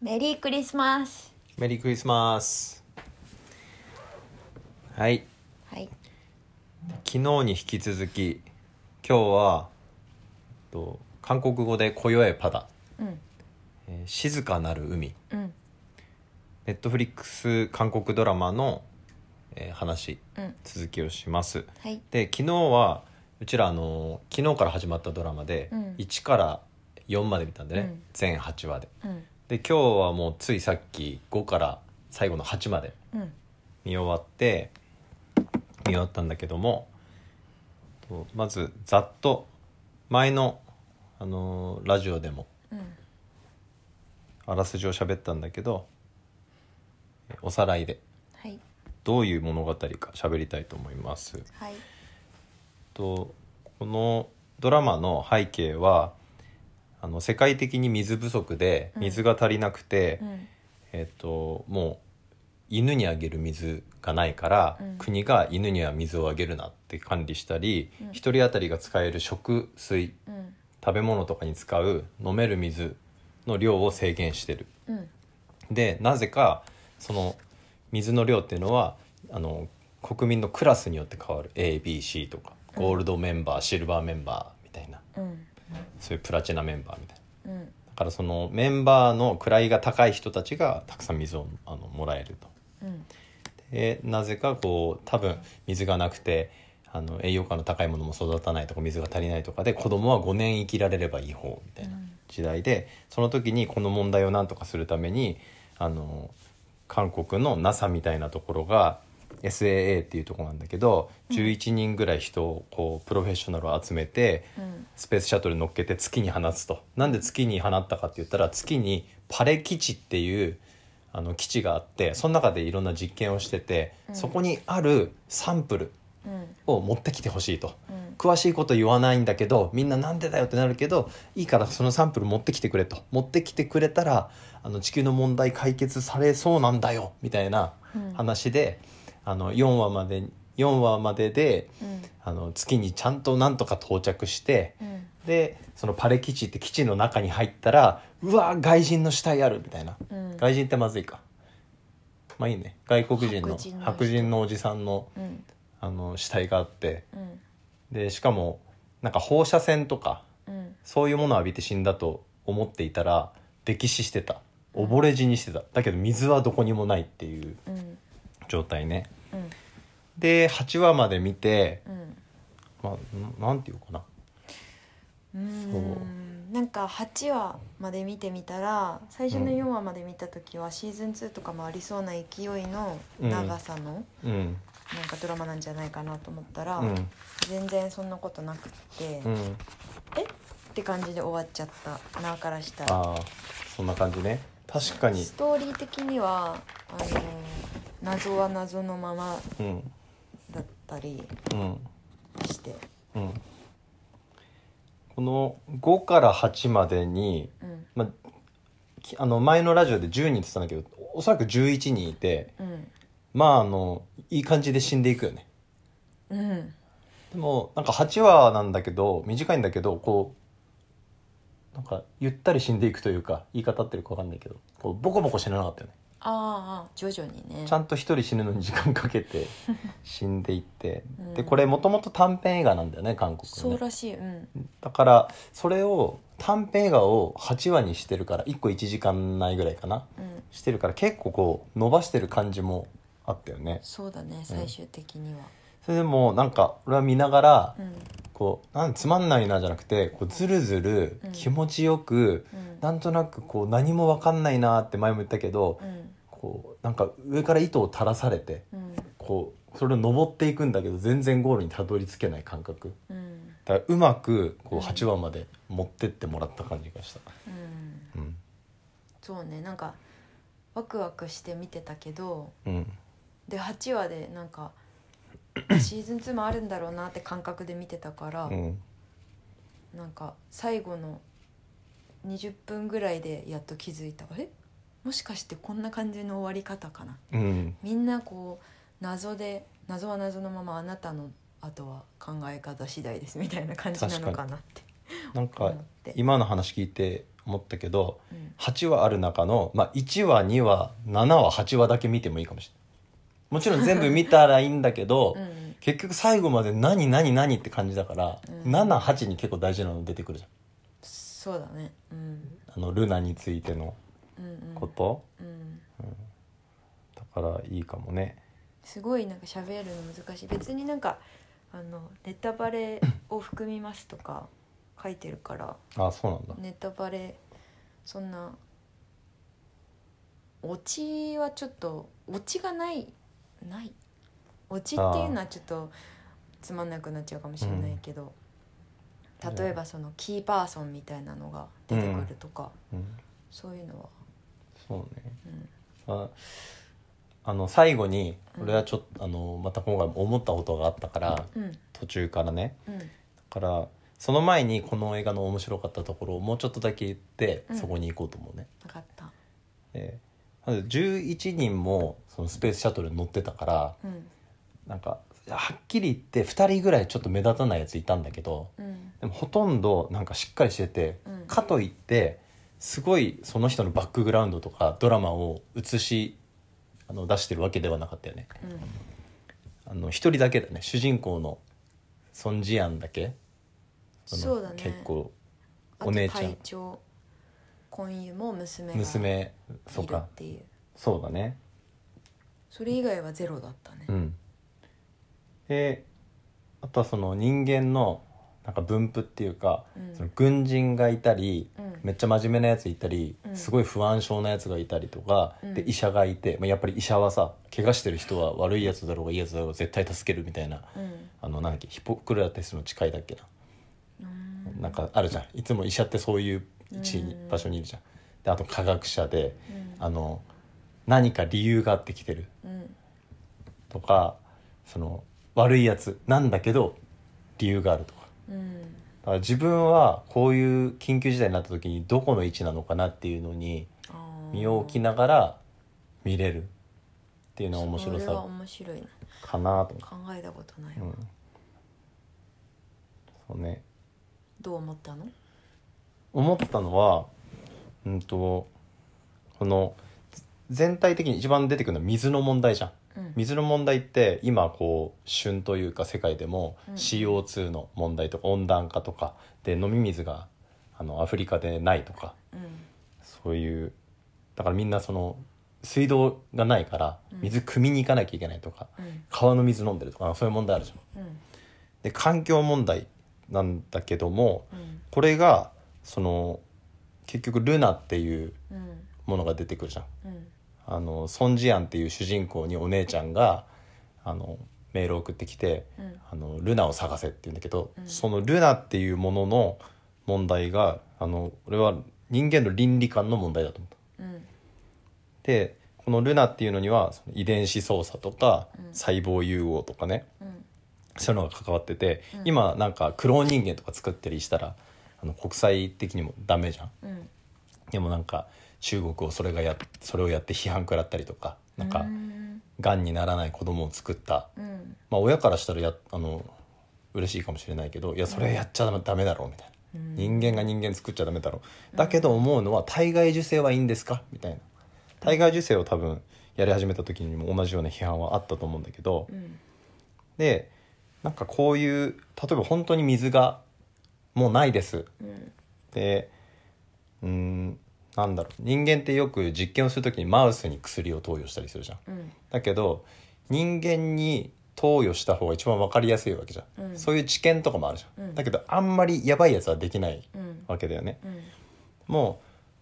メリークリスマスメリークリスマスはいはい昨日に引き続き今日はえっと韓国語で「こよえパダうん」えー静かなる海」うんネットフリックス韓国ドラマの、えー話うん続きをしますはいで昨日はうちらあの昨日から始まったドラマで、うん1から4まで見たんでね、うん全8話でうんで今日はもうついさっき5から最後の8までうん見終わって見終わったんだけどもとまずざっと前の、あのーラジオでもうんあらすじを喋ったんだけどおさらいではいどういう物語か喋りたいと思います。はいとこのドラマの背景はあの世界的に水不足でうん水が足りなくて、うんえっと、もう犬にあげる水がないから、うん国が犬には水をあげるなって管理したりうん一、人当たりが使える食水うん食べ物とかに使う飲める水の量を制限してる。うんでなぜかその水の量っていうのはあの国民のクラスによって変わる ABC とかゴールドメンバーシルバーメンバーみたいなうんそういうプラチナメンバーみたいなうんだからそのメンバーの位が高い人たちがたくさん水をあのもらえるとうんでなぜかこう多分水がなくてあの栄養価の高いものも育たないとか水が足りないとかで子供は5年生きられればいい方みたいなうん時代でその時にこの問題を何とかするためにあの韓国の NASA みたいなところが SAA っていうところなんだけど11人ぐらい人をこうプロフェッショナルを集めてうんスペースシャトル乗っけて月に放つとなんで月に放ったかって言ったら月にパレ基地っていうあの基地があってその中でいろんな実験をしてて、うんそこにあるサンプルうんを持ってきてほしいとうん詳しいこと言わないんだけどみんななんでだよってなるけどいいからそのサンプル持ってきてくれと持ってきてくれたらあの地球の問題解決されそうなんだよみたいなうん話で、あの4話まで4話まででうんあの月にちゃんとなんとか到着して。うんでそのパレ基地って基地の中に入ったらうわ外人の死体あるみたいな、うん外人ってまずいかまあいいね外国人の白白人人の人のおじさんのうんあの死体があってうんでしかもなんか放射線とかうんそういうものを浴びて死んだと思っていたら溺死してた溺れ死にしてただけど水はどこにもないっていううん状態ねうんで8話まで見てうんまあなんていうかなうーんなんか8話まで見てみたら最初のうん4話まで見た時はシーズン2とかもありそうな勢いのうん長さのうんなんかドラマなんじゃないかなと思ったら、うん全然そんなことなくって、うっんて感じで終わっちゃったなからしたらああそんな感じね確かにストーリー的にはあのー謎は謎のままうんだったりうんして、うんこの5から8までに、うんま、きあの前のラジオで10人って言ってたんだけどおそらく11人いてうんまああのいい感じで死んでいくよねうんでもなんか8話なんだけど短いんだけどこうなんかゆったり死んでいくというか言い方合ってるか分かんないけどこうボコボコ死ななかったよねああ徐々にねちゃんと一人死ぬのに時間かけて死んでいって、うんでこれもともと短編映画なんだよね韓国そのうねらしいうんだからそれを短編映画を8話にしてるから1個1時間ないぐらいかなうんしてるから結構こう伸ばしてる感じもあったよねそうだね最終的には、それでもなんか俺は見ながらうんこうなんつまんないなじゃなくてこうずるずるうん気持ちよくうんなんとなくこう何も分かんないなって前も言ったけどうんこうなんか上から糸を垂らされてうんこうそれを登っていくんだけど全然ゴールにたどり着けない感覚うんだからうまくこううん8話まで持ってってもらった感じがした、うんうんそうねなんかワクワクして見てたけどうんで8話でなんかシーズン2もあるんだろうなって感覚で見てたから、うん、なんか最後の20分ぐらいでやっと気づいたえもしかしてこんな感じの終わり方かなうん、みんなこう謎で謎は謎のままあなたのあとは考え方次第ですみたいな感じなのかなってなん思っかて。今の話聞いて思ったけどうん8話ある中の、まあ、1話2話7話8話だけ見てもいいかもしれないもちろん全部見たらいいんだけ ど、うん結局最後まで何何何って感じだから、うん78に結構大事なの出てくるじそうだねうんゃんあのルナについてのうんうこんと、うんだからいいかもねすごいなんか喋るの難しい別になんかあのネタバレを含みますとか書いてるからあそうなんだ、ネタバレそんなオチはちょっとオチがないないオチっていうのはちょっとつまんなくなっちゃうかもしれないけど、うん例えばそのキーパーソンみたいなのが出てくるとか、うん、そういうのは、そうねうん、ああの最後にうん俺はちょっと、あのまた今回思ったことがあったから、うん途中からねうんだからその前にこの映画の面白かったところをもうちょっとだけ言ってうんそこに行こうと思うね、分かったでまず11人もそのスペースシャトルに乗ってたからうんなんかはっきり言って2人ぐらいちょっと目立たないやついたんだけどうんでもほとんどなんかしっかりしてて、うんかといってすごいその人のバックグラウンドとかドラマを映しあの出してるわけではなかったよねうんあの一人だけだね主人公のソン・ジアンだけのそうだね結構あとお姉ちゃ会ん長婚友も娘がいる娘そうかっていうそうだねそれ以外はゼロだったねうんであとはその人間のなんか分布っていうか、うんその軍人がいたり、うんめっちゃ真面目なやついたり、うんすごい不安症なやつがいたりとか、うんで医者がいて、まあ、やっぱり医者はさ怪我してる人は悪いやつだろうがいいやつだろうが絶対助けるみたいなうんあのなんだっけヒポクラテスの誓いだっけなうんなんかあるじゃんいつも医者ってそういう位置に、うん場所にいるじゃんであと科学者でうんあの何か理由があってきてるうんとかその悪いやつなんだけど理由があるとかうんだから自分はこういう緊急事態になった時にどこの位置なのかなっていうのにあー身を置きながら見れるっていうのは面白それはさ面白いなかなと思考えたことない、う、うん、そうねどう思ったの思ったのはうんとこのぜ全体的に一番出てくるのは水の問題じゃんうん水の問題って今こう旬というか世界でもうん CO2 の問題とか温暖化とかで飲み水があのアフリカでないとかうんそういうだからみんなその水道がないからうん水汲みに行かなきゃいけないとかうん川の水飲んでるとかそういう問題あるじゃん。うんで環境問題なんだけどもうんこれがその結局ルナっていううんものが出てくるじゃん。うんあのソン・ジアンっていう主人公にお姉ちゃんがあのメールを送ってきてうんあのルナを探せって言うんだけど、うんそのルナっていうものの問題があの俺は人間の倫理観の問題だと思った。うんでこのルナっていうのにはその遺伝子操作とかうん細胞融合とかね、うんそういうのが関わってて、うん今なんかクローン人間とか作ったりしたらあの国際的にもダメじゃん。うんでもなんか中国をそれがやそれをやって批判食らったりとかなんか。うんがんにならない子供を作った、うんまあ、親からしたらやあの嬉しいかもしれないけどいやそれやっちゃダメだろうみたいな、うん人間が人間作っちゃダメだろうだけど思うのは体外受精はいいんですかみたいな体外受精を多分やり始めた時にも同じような批判はあったと思うんだけど、うんでなんかこういう例えば本当に水がもうないですうんでうーんなんだろう人間ってよく実験をする時にマウスに薬を投与したりするじゃん。うんだけど人間に投与した方が一番分かりやすいわけじゃん、うんそういう知見とかもあるじゃん、うんだけどあんまりやばいやつはできないうんわけだよねうんも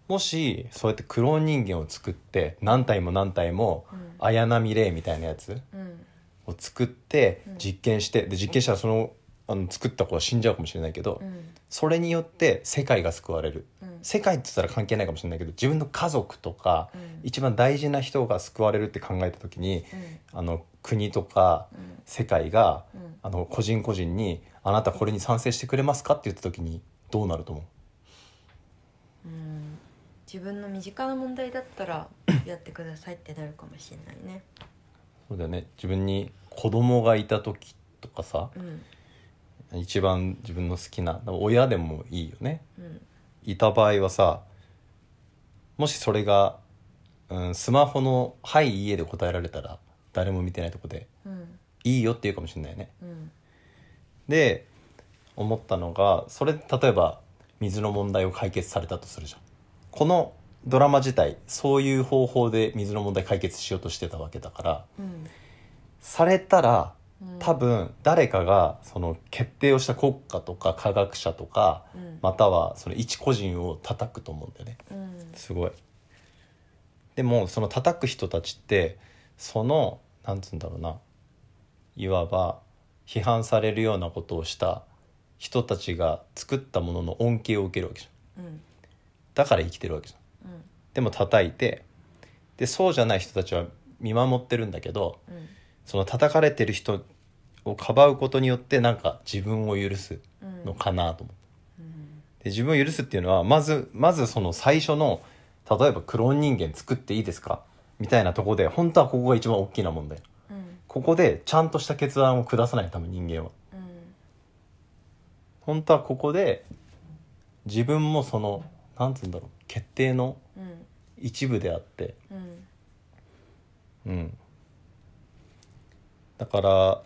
うもしそうやってクローン人間を作って何体も何体もうん綾波レイみたいなやつうんを作ってうん実験してで実験したらそのあの作った子は死んじゃうかもしれないけど、うんそれによって世界が救われるうん世界って言ったら関係ないかもしれないけど自分の家族とか、うん一番大事な人が救われるって考えた時に、うんあの国とかうん世界が、うんあの個人個人に「あなたこれに賛成してくれますか?」って言った時にどうなると思ううん自分の身近な問題だったらやってくださいってなるかもしれないねそうだよね自分に子供がいた時とかさうん一番自分の好きな親でもいいよねうんいた場合はさもしそれが、うん、スマホの「はいいいえ」で答えられたら誰も見てないとこでうん「いいよ」って言うかもしれないよね。うんで思ったのがそれで例えば水の問題を解決されたとするじゃん。このドラマ自体そういう方法で水の問題解決しようとしてたわけだからうんされたらうん多分誰かがその決定をした国家とか科学者とかうんまたはその一個人を叩くと思うんだよねうんすごいでもその叩く人たちってそのなんつうんだろうないわば批判されるようなことをした人たちが作ったものの恩恵を受けるわけじゃんうんだから生きてるわけじゃんうんでも叩いてでそうじゃない人たちは見守ってるんだけどうんその叩かれてる人をかばうことによってなんか自分を許すうんのかなと思って、で自分を許すっていうのはまずまずその最初の例えばクローン人間作っていいですかみたいなとこで本当はここが一番大きな問題うんここでちゃんとした決断を下さないため人間はうん本当はここで自分もそのなんつうんだろう決定のうん一部であってうんうん、だから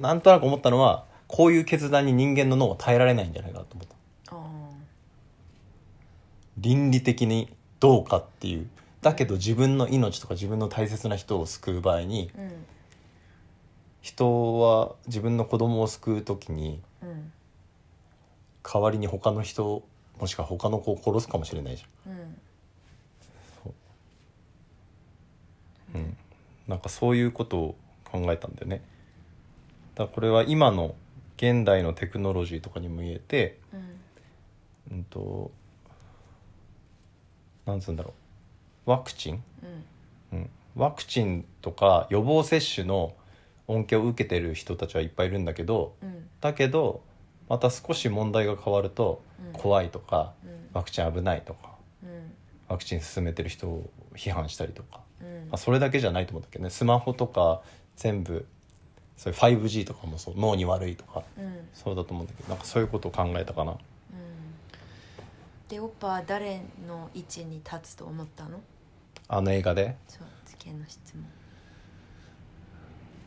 なんとなく思ったのはこういう決断に人間の脳は耐えられないんじゃないかなと思ったああ倫理的にどうかっていうだけど自分の命とか自分の大切な人を救う場合にうん人は自分の子供を救う時にうん代わりに他の人もしくは他の子を殺すかもしれないじうんゃん、うん、なんかそういうことを考えたんだよねだからこれは今の現代のテクノロジーとかにも言えて、うんうんとなんつうんだろうワクチン、うんうん、ワクチンとか予防接種の恩恵を受けてる人たちはいっぱいいるんだけどうんだけどまた少し問題が変わるとうん怖いとか、うんワクチン危ないとかうんワクチン進めてる人を批判したりとか、うんまあ、それだけじゃないと思うんだけどねスマホとか全部そういう 5G とかもそう脳に悪いとかうんそうだと思うんだけどなんかそういうことを考えたかな。うんでオッパは誰の位置に立つと思ったのあの映画でそう次の質問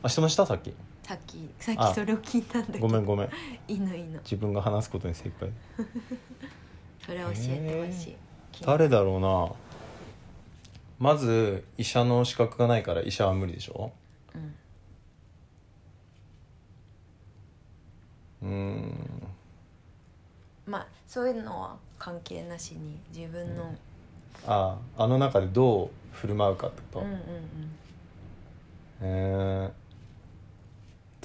あ質問したさっきさっきさっあきそれを聞いたんだけどごめんごめんいいのいいの自分が話すことに精一杯それ教えてほしい、誰だろうなまず医者の資格がないから医者は無理でしょうんうーんまあそういうのは関係なしに自分の、ああの中でどう振る舞うかってうこと、ん、うんえー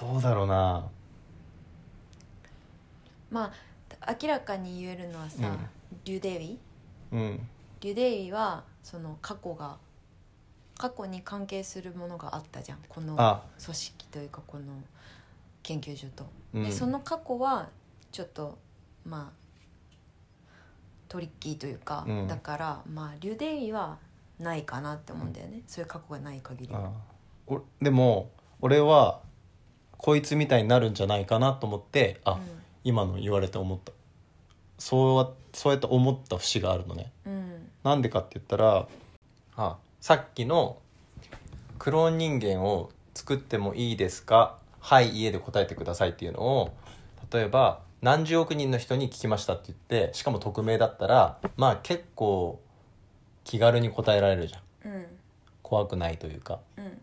どうだろうなまあ明らかに言えるのはさ、リュデイうんリュデイはその過去が過去に関係するものがあったじゃんこのあ組織というかこの研究所と、うんでその過去はちょっとまあトリッキーというか、うんだからまあリュデイはないかなって思うんだよね、そういう過去がない限りはあおでも俺はこいつみたいになるんじゃないかなと思ってあ、今の言われて思ったそうはそうやって思った節があるのねうんうんなんでかって言ったらあさっきの「クローン人間を作ってもいいですか?」「はい家で答えてください」っていうのを例えば何十億人の人に聞きましたって言ってしかも匿名だったらまあ結構気軽に答えられるじゃんうん怖くないというか、うん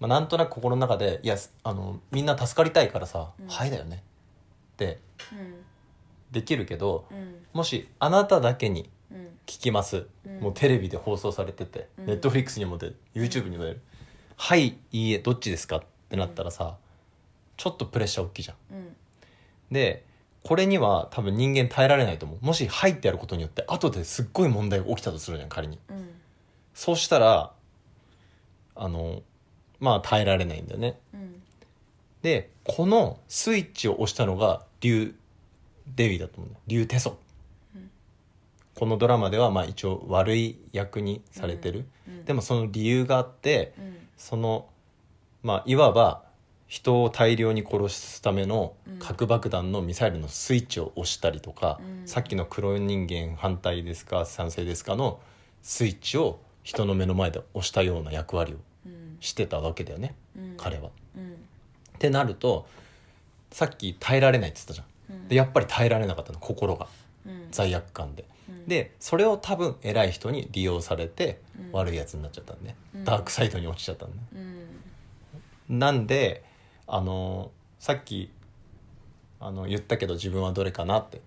まあ、なんとなく心の中で「いやすあのみんな助かりたいからさ、うんはいだよね」ってうんできるけどうんもしあなただけにうん聞きます、うんもうテレビで放送されてて、うんネットフリックスにも出る YouTube にも出る、はいいいえどっちですかってなったらさ、ちょっとプレッシャー大きいじゃんうんでこれには多分人間耐えられないと思うもし「はい」ってやることによって後ですっごい問題が起きたとするじゃん仮にうんそうしたらあのまあ耐えられないんだよねうんでこのスイッチを押したのがリュウ・デビーだと思うんだよリュウ・テソ、うんこのドラマではまあ一応悪い役にされてる、うんでもその理由があってうんそのまあいわば人を大量に殺すためのうん核爆弾のミサイルのスイッチを押したりとか、うんさっきの黒人間反対ですか賛成ですかのスイッチを人の目の前で押したような役割をうんしてたわけだよね、うん彼は。うんってなるとさっき耐えられないって言ったじゃうんん。でやっぱり耐えられなかったの心がうん罪悪感で。うんでそれを多分偉い人に利用されてうん悪いやつになっちゃったんね、うんダークサイドに落ちちゃったんね。うんなんであのさっきあの言ったけど自分はどれかなって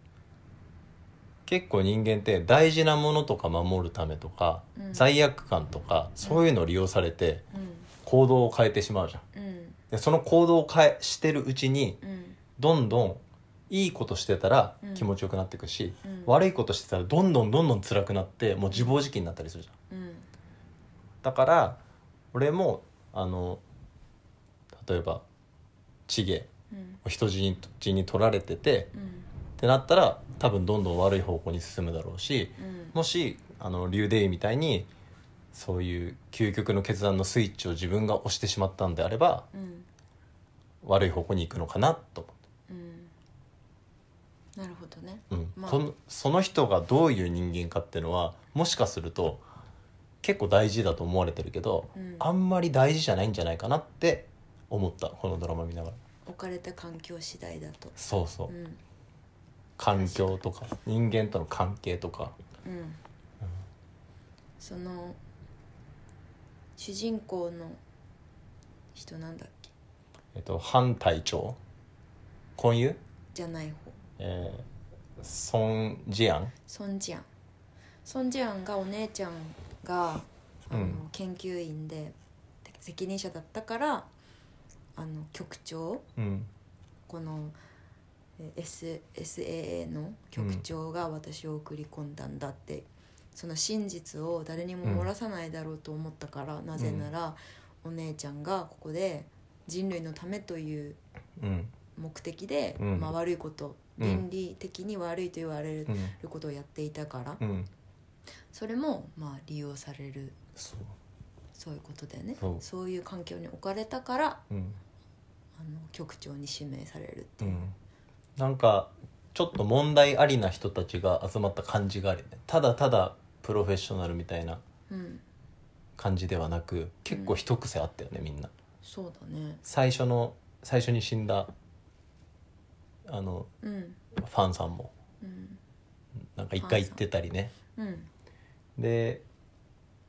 結構人間って大事なものとか守るためとか、うん罪悪感とかそういうのを利用されてうん行動を変えてしまうじゃんうんでその行動を変えしてるうちにうんどんどんいいことしてたらうん気持ちよくなっていくし、うん悪いことしてたらどんどんどんどん辛くなってもう自暴自棄になったりするじゃんうんだから俺もあの例えばチゲうん人質に血に取られててうんってなったら多分どんどん悪い方向に進むだろうしうんもしあのリュウデイみたいにそういう究極の決断のスイッチを自分が押してしまったんであればうん悪い方向に行くのかなとうんなるほどね思って、うんまあこのその人がどういう人間かっていうのはもしかすると結構大事だと思われてるけど、うんあんまり大事じゃないんじゃないかなって思ったこのドラマ見ながら置かれた環境次第だとそうそうう、ん環境とか人間との関係とかうんその主人公の人なんだっけえっと、反隊長婚友、じゃない方えー、ソン・ジアンソン・ジアンソン・ジアンがお姉ちゃんがあの、うん研究員で責任者だったからあの局長うんこのえ S SAA の局長が私を送り込んだんだって、その真実を誰にも漏らさないだろうと思ったから、なぜなら、お姉ちゃんがここで人類のためといううん目的で、うんまあ、悪いことう倫ん理的に悪いと言われるうんことをやっていたから、うんそれもまあ利用されるそうそういうことだよねそういう環境に置かれたからうんあの局長に指名されるってういう、んなんかちょっと問題ありな人たちが集まった感じがあるよねただただプロフェッショナルみたいなうん、感じではなく結構一癖あったよねみんなそうだね最初の最初に死んだあのうんファンさんもうんなんか一回言ってたりねうんで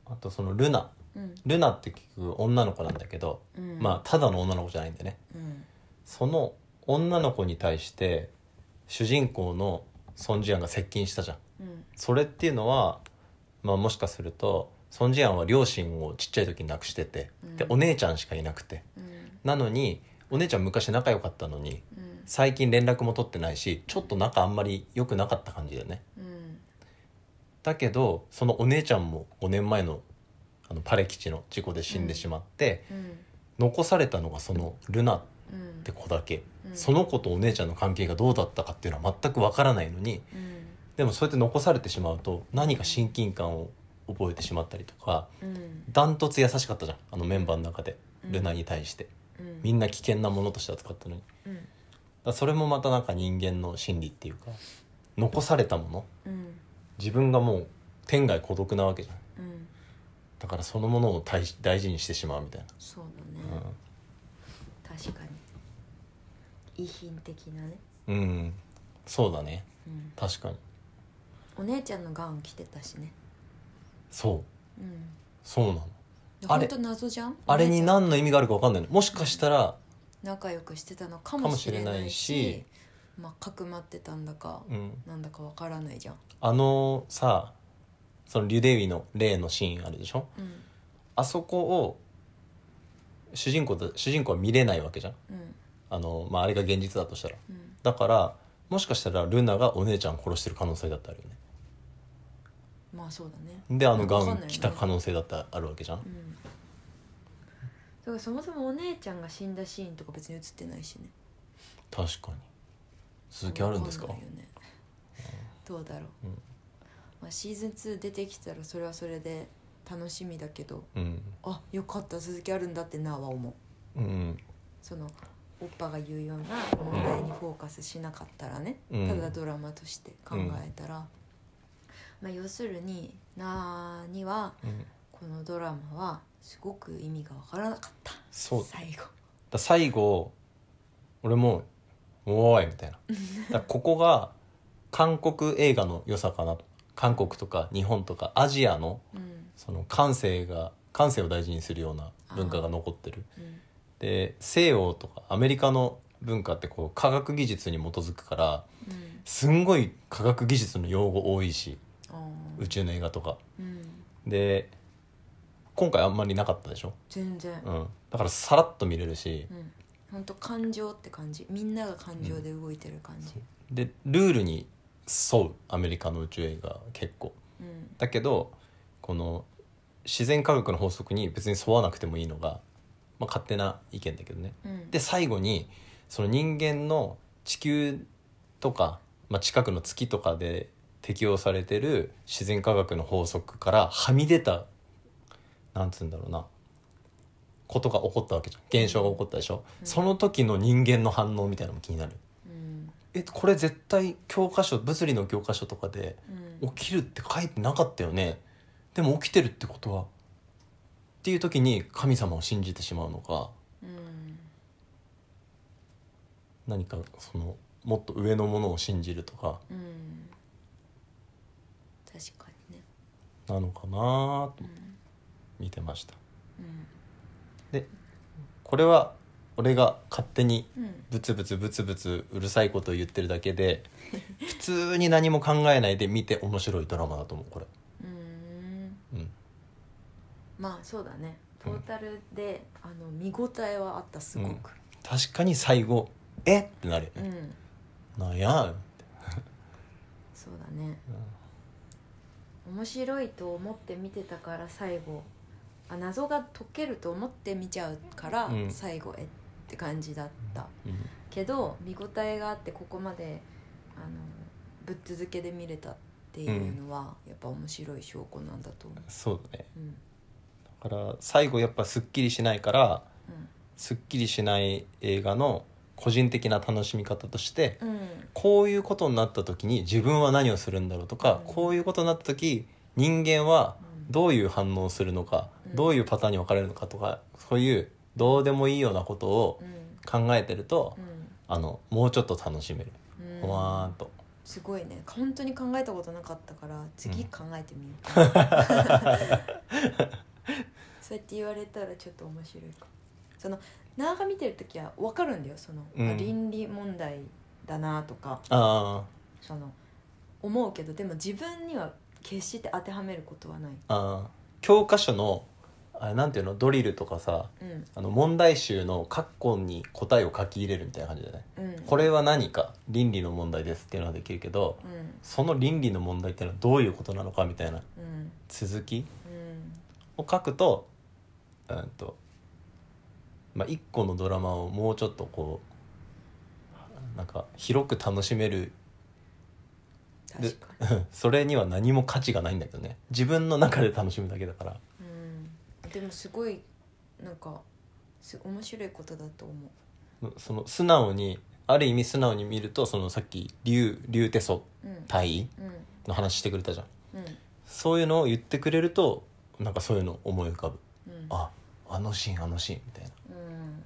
あとそのルナうんルナって結局女の子なんだけど、うんまあただの女の子じゃないんでねうんその女の子に対して主人公のソン・ジアンが接近したじゃんうんそれっていうのは、まあ、もしかするとソン・ジアンは両親をちっちゃい時に亡くしてて、でうんお姉ちゃんしかいなくてうんなのにお姉ちゃん昔仲良かったのにうん最近連絡も取ってないしちょっと仲あんまり良くなかった感じだよねうんだけどそのお姉ちゃんも5年前のあのパレ基地の事故で死んでしまって、うん残されたのがそのルナっうんて子だけ、うんその子とお姉ちゃんの関係がどうだったかっていうのは全くわからないのにうんでもそうやって残されてしまうと何か親近感を覚えてしまったりとかうんダントツ優しかったじゃんあのメンバーの中で、うんルナに対してうんみんな危険なものとして扱ったのにだかうんらそれもまたなんか人間の心理っていうか残されたものうん自分がもう天涯孤独なわけじゃんうんだからそのものを大事大事にしてしまうみたいそうなだね確かに遺品的なねうん、うん、そうだねうん確かにお姉ちゃんのガウン着てたしねそううんそうなのあ本れ当謎じゃんあれにお姉ち何の意味があるか分かんないのもしかしたらゃん仲良くしてたのかかももししれれなないいししまあかくまってたんだかうんなんだかわからないじゃんあのさそのリュデウィの例のシーンあるでしょうんあそこを主人公と主人公は見れないわけじゃんうんあの、まあ、あれが現実だとしたらうんだからもしかしたらルナがお姉ちゃんを殺してる可能性だってあるよねまあそうだねであのガわかウんンないよね着た可能性だってあるわけじゃんうんだからそもそもお姉ちゃんが死んだシーンとか別に映ってないしね確かに続きあるんですかわんないよねどうだろう、うんまあ、シーズン2出てきたらそれはそれで楽しみだけどうんあよかった続きあるんだってなは思ううんそのおっぱが言うような問題にフォーカスしなかったらね、うんただドラマとして考えたら、まあ、要するになーにはうんこのドラマはすごく意味がわからなかったそう最後だ最後俺も「おーい」みたいなだからここが韓国映画の良さかなと韓国とか日本とかアジアのうんその感性が感性を大事にするような文化が残ってるうんで西洋とかアメリカの文化ってこう科学技術に基づくからうんすんごい科学技術の用語多いしあー宇宙の映画とかうんで今回あんまりなかったでしょ、全然うん、だからさらっと見れるしうん本当感情って感じみんなが感情で動いてる感じでルールに沿うアメリカの宇宙映画結構うんだけどこの自然科学の法則に別に沿わなくてもいいのが、まあ、勝手な意見だけどねうんで最後にその人間の地球とか、まあ、近くの月とかで適用されてる自然科学の法則からはみ出たなんつうんだろうなことが起こったわけじゃん現象が起こったでしょ、うんその時の人間の反応みたいなのも気になるうんえこれ絶対教科書物理の教科書とかでうん起きるって書いてなかったよねでも起きてるってことはっていう時に神様を信じてしまうのかうん何かそのもっと上のものを信じるとかうん確かにねなのかなうとん見てましたうんこれは俺が勝手にうんブツブツブツブツうるさいことを言ってるだけで普通に何も考えないで見て面白いドラマだと思うこれうーんうんまあそうだねうトんータルで、あの見応えはあったすごく確かに最後えってなるようん、ね、なんやそうだねうん面白いと思って見てたから最後あ謎が解けると思って見ちゃうから、うん最後えって感じだったうんけど見応えがあってここまであのぶっ続けで見れたっていうのは、やっぱ面白い証拠なんだと思うそうだねうんだから最後やっぱすっきりしないからすっきりしない映画の個人的な楽しみ方としてうんうんこういうことになった時に自分は何をするんだろうとか、うんこういうことになった時人間はうんどういう反応をするのか、うんどういうパターンに分かれるのかとかそういうどうでもいいようなことをうん考えてると、うあのもうちょっと楽しめる、んうんほわーんとすごいね本当に考えたことなかったから次考えてみよ う、そうやって言われたらちょっと面白いかもその長が見てる時は分かるんだよその、うんあ倫理問題だなとかあその思うけどでも自分には決して当てはめることはない、ーあー教科書のあれなんていうのドリルとかさうんあの問題集の括弧に答えを書き入れるみたいな感じじゃないうん、これは何か倫理の問題ですっていうのはできるけどうんその倫理の問題ってのはどういうことなのかみたいなうん続きうんを書くと,、うんとまあ、1個のドラマをもうちょっとこうなんか広く楽しめる で確かに、それには何も価値がないんだけどね自分の中で楽しむだけだからうん、でもすごいなんかす面白いことだと思その素直にある意味素直に見るとそのさっき竜竜手相ううん対位うんの話してくれたじゃんうんそういうのを言ってくれるとなんかそういうの思い浮かぶうんああのシーンあのシーンみたいなうん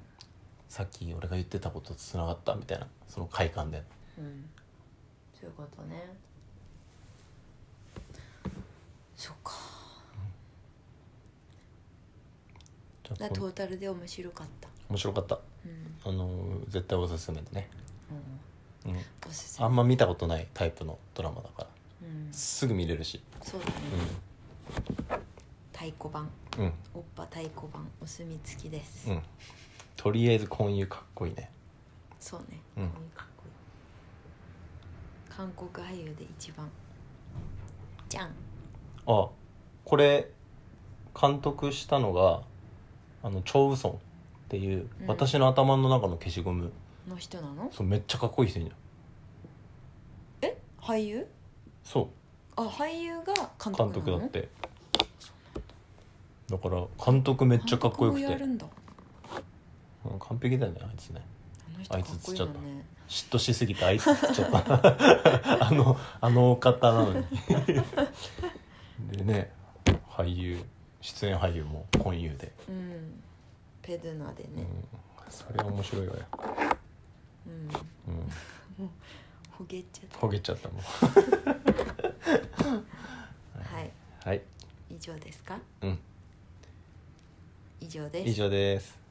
さっき俺が言ってたこととつながったみたいなその快感でうんそういうことねそっかちょっだとトータルで面白かった面白かったうん、あのー絶対おすすめだね、うん、うん、おすすあめんま見たことないタイプのドラマだからうん、すぐ見れるしそうだね、太鼓判うんうんおっぱ太鼓判お墨付きです、うんとりあえず婚友かっこいいねそうね、うんこういうかっこいい韓国俳優で一番じゃんあこれ監督したのがあのチョウ・ウソンっていう、うん私の頭の中の消しゴムの人なのそうめっちゃかっこいい人いるじゃんえ俳優そうあ俳優が監督な監の督だってだから監督めっちゃかっこよ監督くもやてるんだうん完璧だよねあいつねあの人かっこいいもんね嫉妬しすぎてあいつ ちょっとあのあのお方なのにでね俳優出演俳優も婚友で、うんペドゥナでうねん、それは面白いわよ、うんうん、ほげちゃったほげちゃったもんはいはい、以上ですかうん、以上です以上です